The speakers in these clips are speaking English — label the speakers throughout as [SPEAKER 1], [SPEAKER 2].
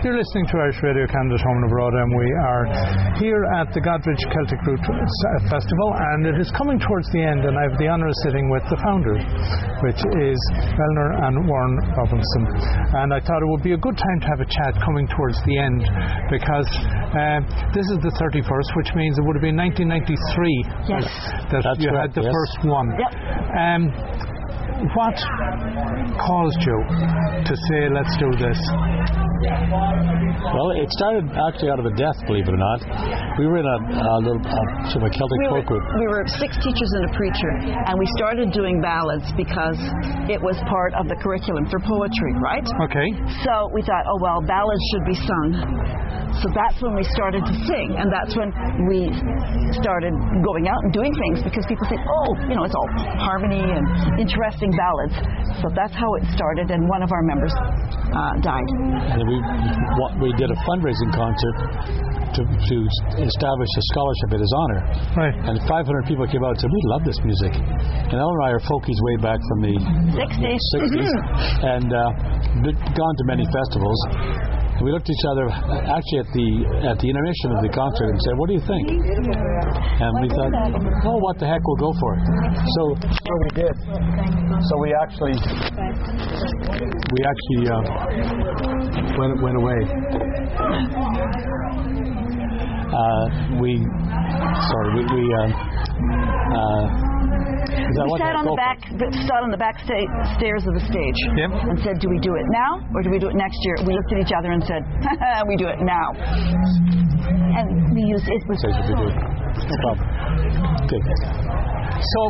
[SPEAKER 1] You're listening to Irish Radio Canada Home and Abroad, and we are here at the Godrich Celtic Route Festival, and it is coming towards the end, and I have the honour of sitting with the founder, which is Eleanor and Warren Robinson. And I thought it would be a good time to have a chat coming towards the end, because uh, this is the 31st, which means it would have been 1993
[SPEAKER 2] Yes.
[SPEAKER 1] that
[SPEAKER 3] That's
[SPEAKER 1] you had
[SPEAKER 3] correct,
[SPEAKER 1] the
[SPEAKER 3] yes.
[SPEAKER 1] first one.
[SPEAKER 2] Yep.
[SPEAKER 1] Um, what caused you to say, let's do this?
[SPEAKER 3] Well, it started actually out of a death, believe it or not. We were in a, a little uh, sort of a Celtic
[SPEAKER 2] we were,
[SPEAKER 3] folk group.
[SPEAKER 2] we were six teachers and a preacher, and we started doing ballads because it was part of the curriculum for poetry, right?
[SPEAKER 1] Okay.
[SPEAKER 2] So we thought, oh well, ballads should be sung. So that's when we started to sing, and that's when we started going out and doing things because people think, oh, you know, it's all harmony and interesting ballads. So that's how it started, and one of our members uh, died.
[SPEAKER 3] And we wa- we did a fundraising concert to, to establish a scholarship in his honor.
[SPEAKER 1] Right.
[SPEAKER 3] And 500 people came out and said, "We love this music." And Ellen and I are folkies way back from the
[SPEAKER 2] 60s.
[SPEAKER 3] 60s,
[SPEAKER 2] Mm-hmm.
[SPEAKER 3] and uh, been, gone to many festivals. And we looked at each other uh, actually at the at the intermission of the concert and said, "What do you think?" And we thought, "Oh, what the heck? We'll go for it." So, so we did. So we actually we actually uh, went went away. Uh, we sorry we we. Uh, uh, is that
[SPEAKER 2] We
[SPEAKER 3] what
[SPEAKER 2] sat
[SPEAKER 3] the
[SPEAKER 2] on
[SPEAKER 3] heck? Go for it.
[SPEAKER 2] the back, sat on the back sta- stairs of the stage,
[SPEAKER 1] Yep.
[SPEAKER 2] and said, "Do we do it now, or do we do it next year?" We looked at each other and said, "We do it now." And we used it was
[SPEAKER 3] Says if you do. No problem. Okay.
[SPEAKER 1] So,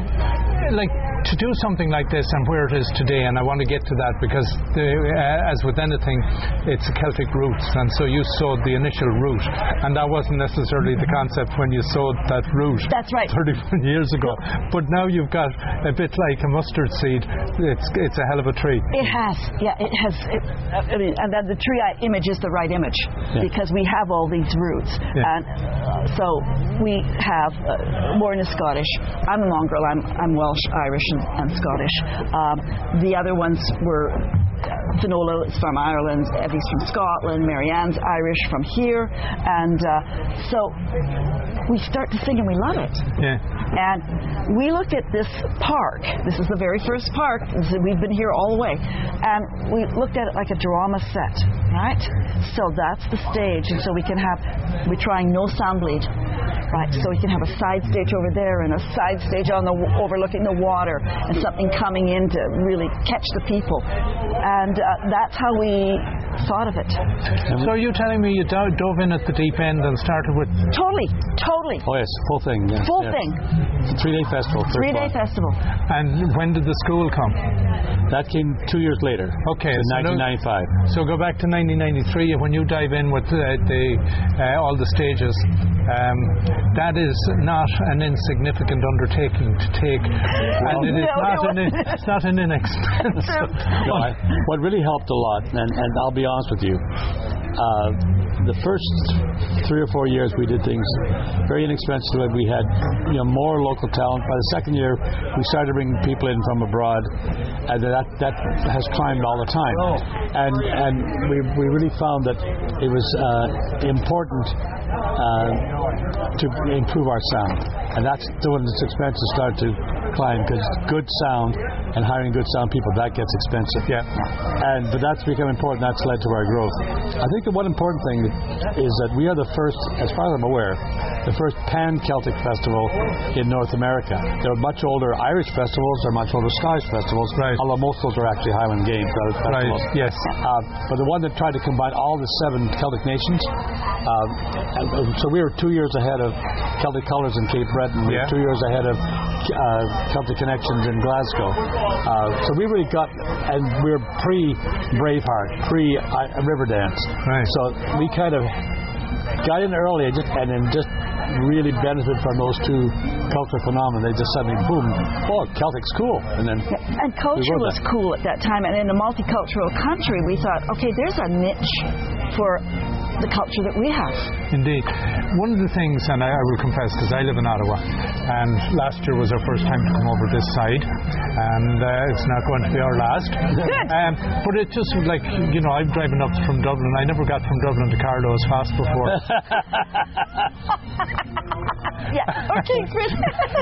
[SPEAKER 1] like, to do something like this and where it is today, and I want to get to that because, the, uh, as with anything, it's Celtic roots, and so you sowed the initial root, and that wasn't necessarily the concept when you sowed that root.
[SPEAKER 2] Mm-hmm. That's right.
[SPEAKER 1] 31 years ago, but now you've got a bit like a mustard seed. It's it's a hell of a tree.
[SPEAKER 2] It has, yeah, it has. It, I mean, and then the tree I- image is the right image because we have all these roots,
[SPEAKER 1] Yeah.
[SPEAKER 2] and uh, so we have. Uh, Warren is Scottish. I'm a mongrel. I'm I'm Welsh, Irish, and, and Scottish. Um, the other ones were. uh, Finola is from Ireland, Evie's from Scotland, Marianne's Irish from here, and uh, so we start to sing and we love it.
[SPEAKER 1] Yeah.
[SPEAKER 2] And we looked at this park. This is the very first park. This- We've been here all the way. And we looked at it like a drama set, right? So that's the stage. And so we can have, we're trying no sound bleed, right? So we can have a side stage over there and a side stage on the w- overlooking the water and something coming in to really catch the people. And uh, that's how we thought of it.
[SPEAKER 1] So are you telling me you do- dove in at the deep end and started with
[SPEAKER 2] Totally, totally.
[SPEAKER 3] Oh yes, full thing. Yes,
[SPEAKER 2] Full
[SPEAKER 3] yes.
[SPEAKER 2] thing.
[SPEAKER 3] Three day festival. first
[SPEAKER 2] Three day
[SPEAKER 3] one.
[SPEAKER 2] festival.
[SPEAKER 1] and when did the school come?
[SPEAKER 3] That came two years later.
[SPEAKER 1] Okay,
[SPEAKER 3] In
[SPEAKER 1] so no-
[SPEAKER 3] 1995.
[SPEAKER 1] So go back to 1993 when you dive in with uh, the uh, all the stages. Um, that is not an insignificant undertaking to take, and it is
[SPEAKER 2] no, it
[SPEAKER 1] not an
[SPEAKER 2] wasn't.
[SPEAKER 1] it's not an inexpensive.
[SPEAKER 3] No, I, what really helped a lot, and, and I'll be honest with you, uh, the first three or four years we did things very inexpensively. We had you know more local talent. By the second year, we started bringing people in from abroad, and that that has climbed all the time. And and we, we really found that it was uh, important uh, to improve our sound, and that's when its expenses start to climb because good sound and hiring good sound people that gets expensive.
[SPEAKER 1] Yeah.
[SPEAKER 3] And but that's become important. That's led to our growth. I think the one important thing is that we are the first, as far as I'm aware, the first pan Celtic festival in North America. There are much older Irish festivals, there are much older Scottish festivals.
[SPEAKER 1] Right.
[SPEAKER 3] Although most of those are actually Highland Games rather than
[SPEAKER 1] Right,
[SPEAKER 3] festivals.
[SPEAKER 1] yes.
[SPEAKER 3] Uh, but the one that tried to combine all the seven Celtic nations. Um, and- and so we were two years ahead of Celtic Colors in Cape Breton. We
[SPEAKER 1] Yeah.
[SPEAKER 3] were two years ahead of uh, Celtic Connections in Glasgow. Uh, so we really got, and we were pre Braveheart, pre uh, Riverdance.
[SPEAKER 1] Right.
[SPEAKER 3] So we kind of got in early and just, and then just really benefit from those two cultural phenomena. They just suddenly boom, oh, Celtic's cool, and then
[SPEAKER 2] And culture was
[SPEAKER 3] that.
[SPEAKER 2] cool at that time, and in a multicultural country, we thought, okay, there's a niche for the culture that we have.
[SPEAKER 1] Indeed. One of the things, and I, I will confess, because I live in Ottawa, and last year was our first time to come over this side, and uh, it's not going to be our last.
[SPEAKER 2] Good.
[SPEAKER 1] Um, but it just was like, you know, I'm driving up from Dublin. I never got from Dublin to Carlow as fast before.
[SPEAKER 2] Yeah. Okay, Chris.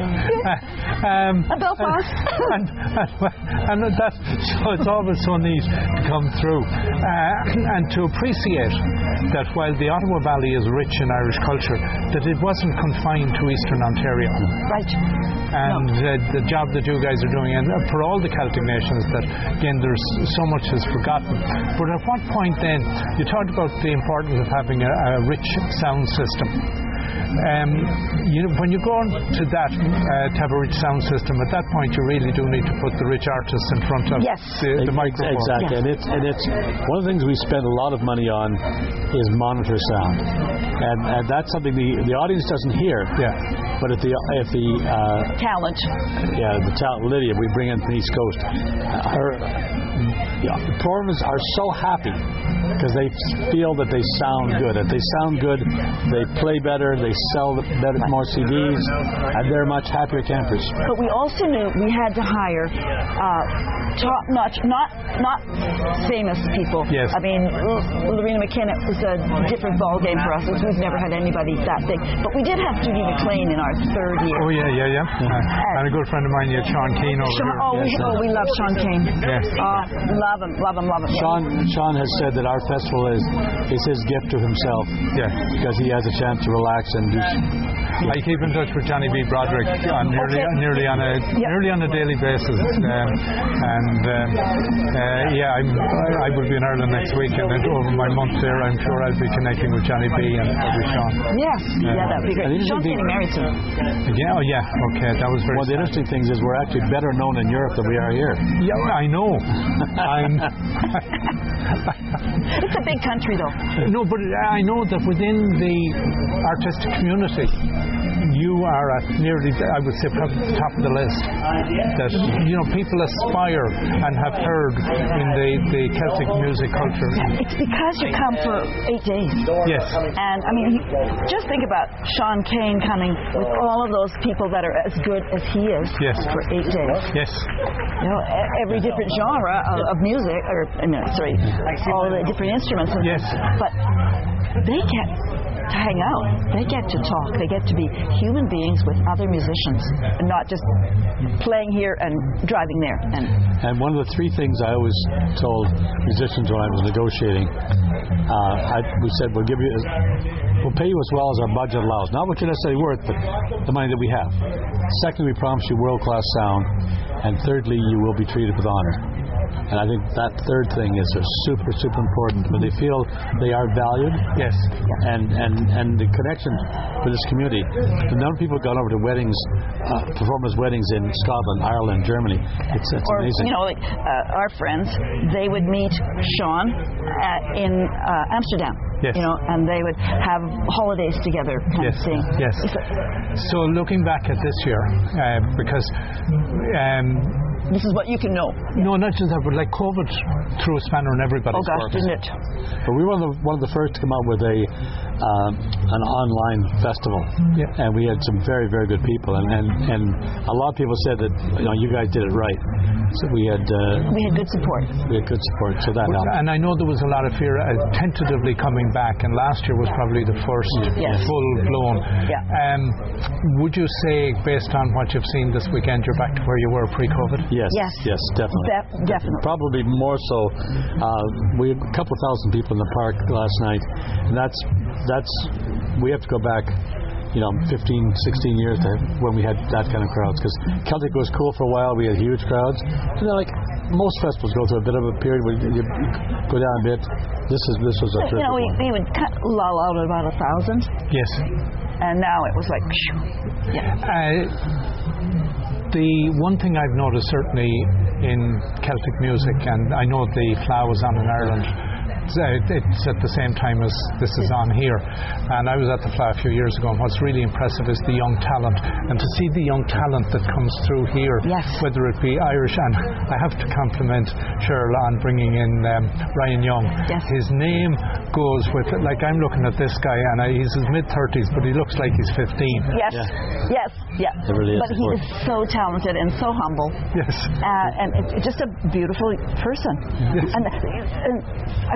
[SPEAKER 1] um,
[SPEAKER 2] Belfast.
[SPEAKER 1] and, and that, so it's always so neat to come through uh, and to appreciate that while the Ottawa Valley is rich in Irish culture, that it wasn't confined to Eastern Ontario.
[SPEAKER 2] right.
[SPEAKER 1] And uh, the job that you guys are doing, and uh, for all the Celtic nations, that again, there's so much is forgotten. But at what point then, you talked about the importance of having a, a rich sound system. Um, you know, when you go on to that, uh, to have a rich sound system, at that point you really do need to put the rich artists in front of
[SPEAKER 2] Yes.
[SPEAKER 1] the, the
[SPEAKER 3] Ex-
[SPEAKER 1] microphone.
[SPEAKER 3] Exactly,
[SPEAKER 2] Yeah.
[SPEAKER 3] and it's and it's one of the things we spend a lot of money on is monitor sound, and, and that's something the, the audience doesn't hear.
[SPEAKER 1] Yeah.
[SPEAKER 3] But if the if the uh,
[SPEAKER 2] Talent.
[SPEAKER 3] yeah the talent Lydia we bring in from the East Coast, her yeah, the performers are so happy because they feel that they sound good. If they sound good, they play better, they sell better more CDs, and they're much happier campers.
[SPEAKER 2] But we also knew we had to hire uh, top-notch, not not famous people.
[SPEAKER 1] Yes.
[SPEAKER 2] I mean, L- Lorena McKenna was a different ball game for us. as We've never had anybody that big. But we did have Judy McLean in our third year.
[SPEAKER 1] Oh yeah, yeah, yeah. Uh, and a good friend of mine, yeah, Sean Keane over
[SPEAKER 2] Sean,
[SPEAKER 1] here.
[SPEAKER 2] oh, we,
[SPEAKER 1] Yes.
[SPEAKER 2] oh, we love Sean Kane.
[SPEAKER 1] Yes.
[SPEAKER 2] Uh, love him, love him, love him.
[SPEAKER 3] Sean, Sean has said that our festival is, is his gift to himself.
[SPEAKER 1] Yeah.
[SPEAKER 3] Because he has a chance to relax and do.
[SPEAKER 1] I keep in touch with Johnny B. Broderick on nearly, nearly on a nearly on a daily basis, um, and um, uh, yeah, I'm, I will be in Ireland next week, and then over my month there, I'm sure I'll be connecting with Johnny B. and probably Sean.
[SPEAKER 2] Yes. Yeah, that would
[SPEAKER 3] And
[SPEAKER 2] be great.
[SPEAKER 3] he's a
[SPEAKER 2] Sean's
[SPEAKER 3] big-
[SPEAKER 2] getting married soon.
[SPEAKER 1] Yeah, oh yeah, okay, that was very.
[SPEAKER 3] One of the interesting things is we're actually better known in Europe than we are here.
[SPEAKER 1] yeah, I know. I'm
[SPEAKER 2] It's a big country, though.
[SPEAKER 1] no, but I know that within the artistic community, you are at nearly, I would say, probably the top of the list. That you know, people aspire and have heard in the, the Celtic music culture.
[SPEAKER 2] It's because you come for eight days.
[SPEAKER 1] Yes.
[SPEAKER 2] And I mean, he- just think about Sean Kane coming with all of those people that are as good as he is
[SPEAKER 1] Yes.
[SPEAKER 2] for eight days.
[SPEAKER 1] Yes.
[SPEAKER 2] You know, e- every different genre of, of music, or uh, no, sorry, all the different instruments. and-
[SPEAKER 1] Yes.
[SPEAKER 2] But they get to hang out. They get to talk. They get to be human beings with other musicians, and not just playing here and driving there. And
[SPEAKER 3] And one of the three things I always told musicians when I was negotiating, uh, I, we said we'll give you, we'll pay you as well as our budget allows. Not what you're necessarily worth, but the money that we have. Second, we promise you world-class sound, and thirdly, you will be treated with honor. And I think that third thing is uh, super, super important. When they feel they are valued,
[SPEAKER 1] Yes.
[SPEAKER 3] and, and, and the connection with this community. The number of people who've gone over to weddings, uh, performers' weddings in Scotland, Ireland, Germany. It's, it's
[SPEAKER 2] or
[SPEAKER 3] amazing.
[SPEAKER 2] you know, like uh, our friends, they would meet Sean at, in uh, Amsterdam.
[SPEAKER 1] Yes.
[SPEAKER 2] You know, and they would have holidays together, kind
[SPEAKER 1] Yes.
[SPEAKER 2] of thing.
[SPEAKER 1] Yes. So looking back at this year, uh, because um,
[SPEAKER 2] This is what you can know.
[SPEAKER 1] no, not just that, but like COVID threw a spanner in everybody's
[SPEAKER 2] Oh gosh,
[SPEAKER 1] works.
[SPEAKER 2] didn't it?
[SPEAKER 3] But we were one of, the, one of the first to come out with a um, an online festival,
[SPEAKER 1] Yeah.
[SPEAKER 3] and we had some very very good people, and, and and a lot of people said that you know you guys did it right. So we had uh,
[SPEAKER 2] We had good support.
[SPEAKER 3] we had good support, so that helped.
[SPEAKER 1] And I know there was a lot of fear uh, tentatively coming back, and last year was probably the first
[SPEAKER 2] Mm, Yes.
[SPEAKER 1] full blown.
[SPEAKER 2] Yeah.
[SPEAKER 1] Um, would you say, based on what you've seen this weekend, you're back to where you were pre COVID?
[SPEAKER 3] Yes,
[SPEAKER 2] Yes.
[SPEAKER 3] yes, definitely.
[SPEAKER 2] Def- definitely.
[SPEAKER 3] Probably more so. Uh, we had a couple thousand people in the park last night, and that's that's we have to go back, you know, 15, 16 years to when we had that kind of crowds. Because Celtic was cool for a while. We had huge crowds. You know, like most festivals go through a bit of a period where you go down a bit. This is this was a
[SPEAKER 2] You
[SPEAKER 3] terrific
[SPEAKER 2] know, we,
[SPEAKER 3] one.
[SPEAKER 2] we would cut lull out at about a thousand,
[SPEAKER 1] Yes.
[SPEAKER 2] and now it was like, phew. yeah,
[SPEAKER 1] Uh, the one thing I've noticed certainly in Celtic music, and I know the flower was on in Ireland, uh, it's at the same time as this is on here. And I was at the fly a few years ago, and what's really impressive is the young talent. And to see the young talent that comes through here,
[SPEAKER 2] Yes.
[SPEAKER 1] whether it be Irish, and I have to compliment Cheryl on bringing in um, Ryan Young.
[SPEAKER 2] Yes.
[SPEAKER 1] His name goes with, like, I'm looking at this guy, and I, he's his mid 30s, but he looks like he's 15.
[SPEAKER 2] Yes,
[SPEAKER 3] Yeah.
[SPEAKER 2] yes, yeah.
[SPEAKER 3] It really is
[SPEAKER 2] but he
[SPEAKER 3] important.
[SPEAKER 2] is so talented and so humble.
[SPEAKER 1] Yes.
[SPEAKER 2] Uh, and it, just a beautiful person. And, and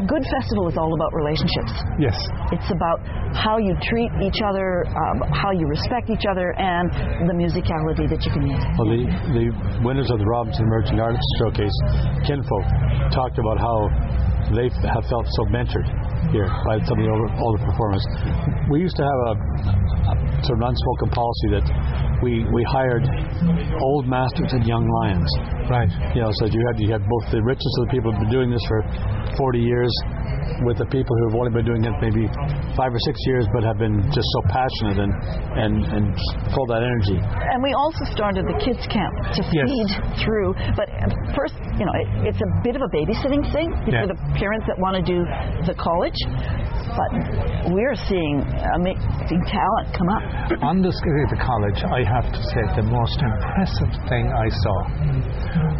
[SPEAKER 2] a good festival is all about relationships.
[SPEAKER 1] Yes.
[SPEAKER 2] It's about how you treat each other, um, how you respect each other, and the musicality that you can use.
[SPEAKER 3] Well, the, the winners of the Robinson Emerging Artists Showcase, Kinfolk, talked about how they f- have felt so mentored here by some of the older, older performers. We used to have a, a sort of unspoken policy that we, we hired old masters and young lions.
[SPEAKER 1] Right.
[SPEAKER 3] You know, so you had, you had both the richest of the people who've been doing this for 40 years with the people who have only been doing it maybe five or six years but have been just so passionate and, and, and full of that energy.
[SPEAKER 2] And we also started the kids' camp to
[SPEAKER 1] Yes.
[SPEAKER 2] feed through. But first, you know, it, it's a bit of a babysitting thing
[SPEAKER 1] Yeah.
[SPEAKER 2] for the parents that want to do the college. But we're seeing amazing talent come up.
[SPEAKER 1] on the scale of the college, I have to say the most impressive thing I saw.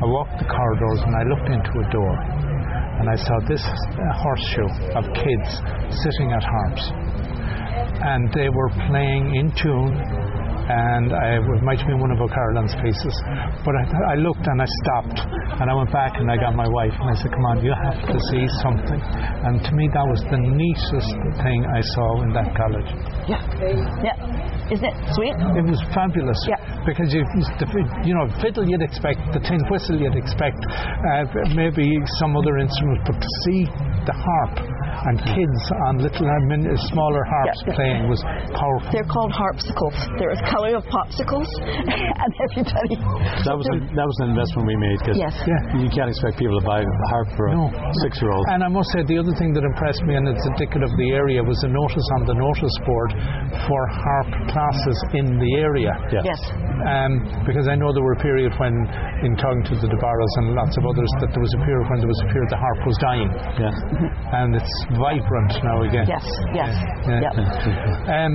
[SPEAKER 1] I walked the corridors and I looked into a door and I saw this uh, horseshoe of kids sitting at harps. And they were playing in tune, and I, it might have been one of O'Carolan's pieces. But I, I looked and I stopped, and I went back and I got my wife, and I said, Come on, you have to see something. And to me, that was the neatest thing I saw in that college.
[SPEAKER 2] Yeah. Yeah. Isn't it sweet?
[SPEAKER 1] It was fabulous.
[SPEAKER 2] Yeah.
[SPEAKER 1] Because you, the, fid- you know, fiddle you'd expect, the tin whistle you'd expect, uh, maybe some other instrument, but to see the harp and kids on little, I mean, smaller harps
[SPEAKER 2] Yeah.
[SPEAKER 1] playing was powerful.
[SPEAKER 2] They're called harpsicles. They're a color of popsicles, and everybody.
[SPEAKER 3] That was a, that was an investment we made because
[SPEAKER 2] Yes.
[SPEAKER 1] Yeah.
[SPEAKER 3] you can't expect people to buy a harp for a
[SPEAKER 1] No. Uh,
[SPEAKER 3] six year old.
[SPEAKER 1] And I must say, the other thing that impressed me, and it's indicative of the area, was a notice on the notice board for harp classes in the area.
[SPEAKER 2] Yes.
[SPEAKER 1] Um, because I know there were a period when, in talking to the Debaras and lots of others, that there was a period when there was a period the harp was dying.
[SPEAKER 3] Yeah.
[SPEAKER 1] and it's vibrant now again.
[SPEAKER 2] Yes. Yes.
[SPEAKER 1] Yeah.
[SPEAKER 2] Yep.
[SPEAKER 1] Um,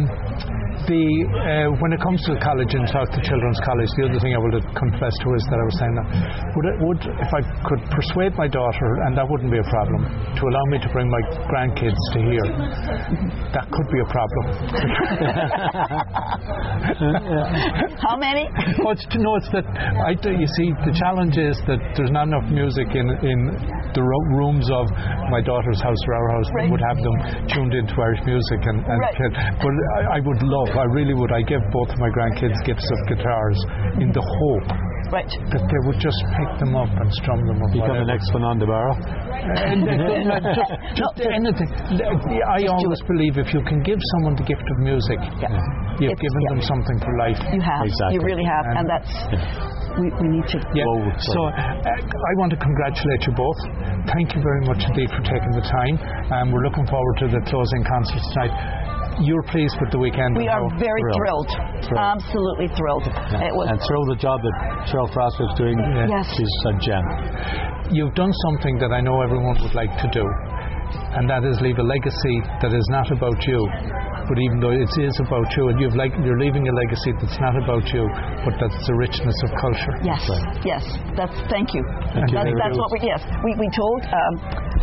[SPEAKER 1] the uh, when it comes to the college and talk to children's college, the other thing I will confess to is that I was saying that would, it, would if I could persuade my daughter, and that wouldn't be a problem, to allow me to bring my grandkids to here, that could be a problem.
[SPEAKER 2] How many?
[SPEAKER 1] well, it's to know it's that I do- you see the challenge is that there's not enough music in in the ro- rooms of my daughter's house or our house that
[SPEAKER 2] Right.
[SPEAKER 1] would have them tuned into Irish music and, and
[SPEAKER 2] Right.
[SPEAKER 1] kid. but I, I would love I really would I give both of my grandkids gifts of guitars in the hope
[SPEAKER 2] Right.
[SPEAKER 1] that they would just pick them up and strum them up
[SPEAKER 3] Become the next Fanon Barra.
[SPEAKER 1] and they couldn't have just, just anything. I always believe if you can give someone the gift of music
[SPEAKER 2] Yeah.
[SPEAKER 1] you've
[SPEAKER 2] It's-
[SPEAKER 1] given
[SPEAKER 2] yeah.
[SPEAKER 1] them something for life
[SPEAKER 2] You have.
[SPEAKER 3] Exactly.
[SPEAKER 2] You really have, and that's we, we need to.
[SPEAKER 1] Yeah.
[SPEAKER 3] Whoa,
[SPEAKER 1] so uh, I want to congratulate you both. Thank you very much indeed for taking the time. Um, we're looking forward to the closing concert tonight. You're pleased with the weekend.
[SPEAKER 2] We
[SPEAKER 1] and
[SPEAKER 2] are
[SPEAKER 1] how-
[SPEAKER 2] very
[SPEAKER 3] Thrilled.
[SPEAKER 2] thrilled.
[SPEAKER 3] Thrilled.
[SPEAKER 2] Absolutely thrilled. It was.
[SPEAKER 3] And thrilled the job that Cheryl Frost was doing.
[SPEAKER 2] Yes.
[SPEAKER 3] She's a gem.
[SPEAKER 1] You've done something that I know everyone would like to do, and that is leave a legacy that is not about you. But even though it is about you, and you've like, you're leaving a legacy that's not about you, but that's the richness of culture.
[SPEAKER 2] Yes, yes. That's thank you.
[SPEAKER 3] Thank you
[SPEAKER 2] that's
[SPEAKER 3] very
[SPEAKER 2] that's
[SPEAKER 3] much.
[SPEAKER 2] what we yes. We we told um,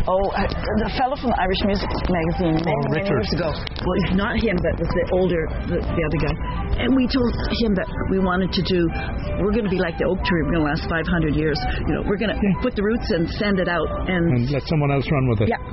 [SPEAKER 2] oh uh, the fellow from Irish Music Magazine many, many
[SPEAKER 1] Richard.
[SPEAKER 2] years ago. Well, it's not him, but it's the older the, the other guy. And we told him that we wanted to do. We're going to be like the oak tree. We're going to last 500 years. You know, we're going to put the roots and send it out. And
[SPEAKER 1] And let someone else run with it.
[SPEAKER 2] yeah,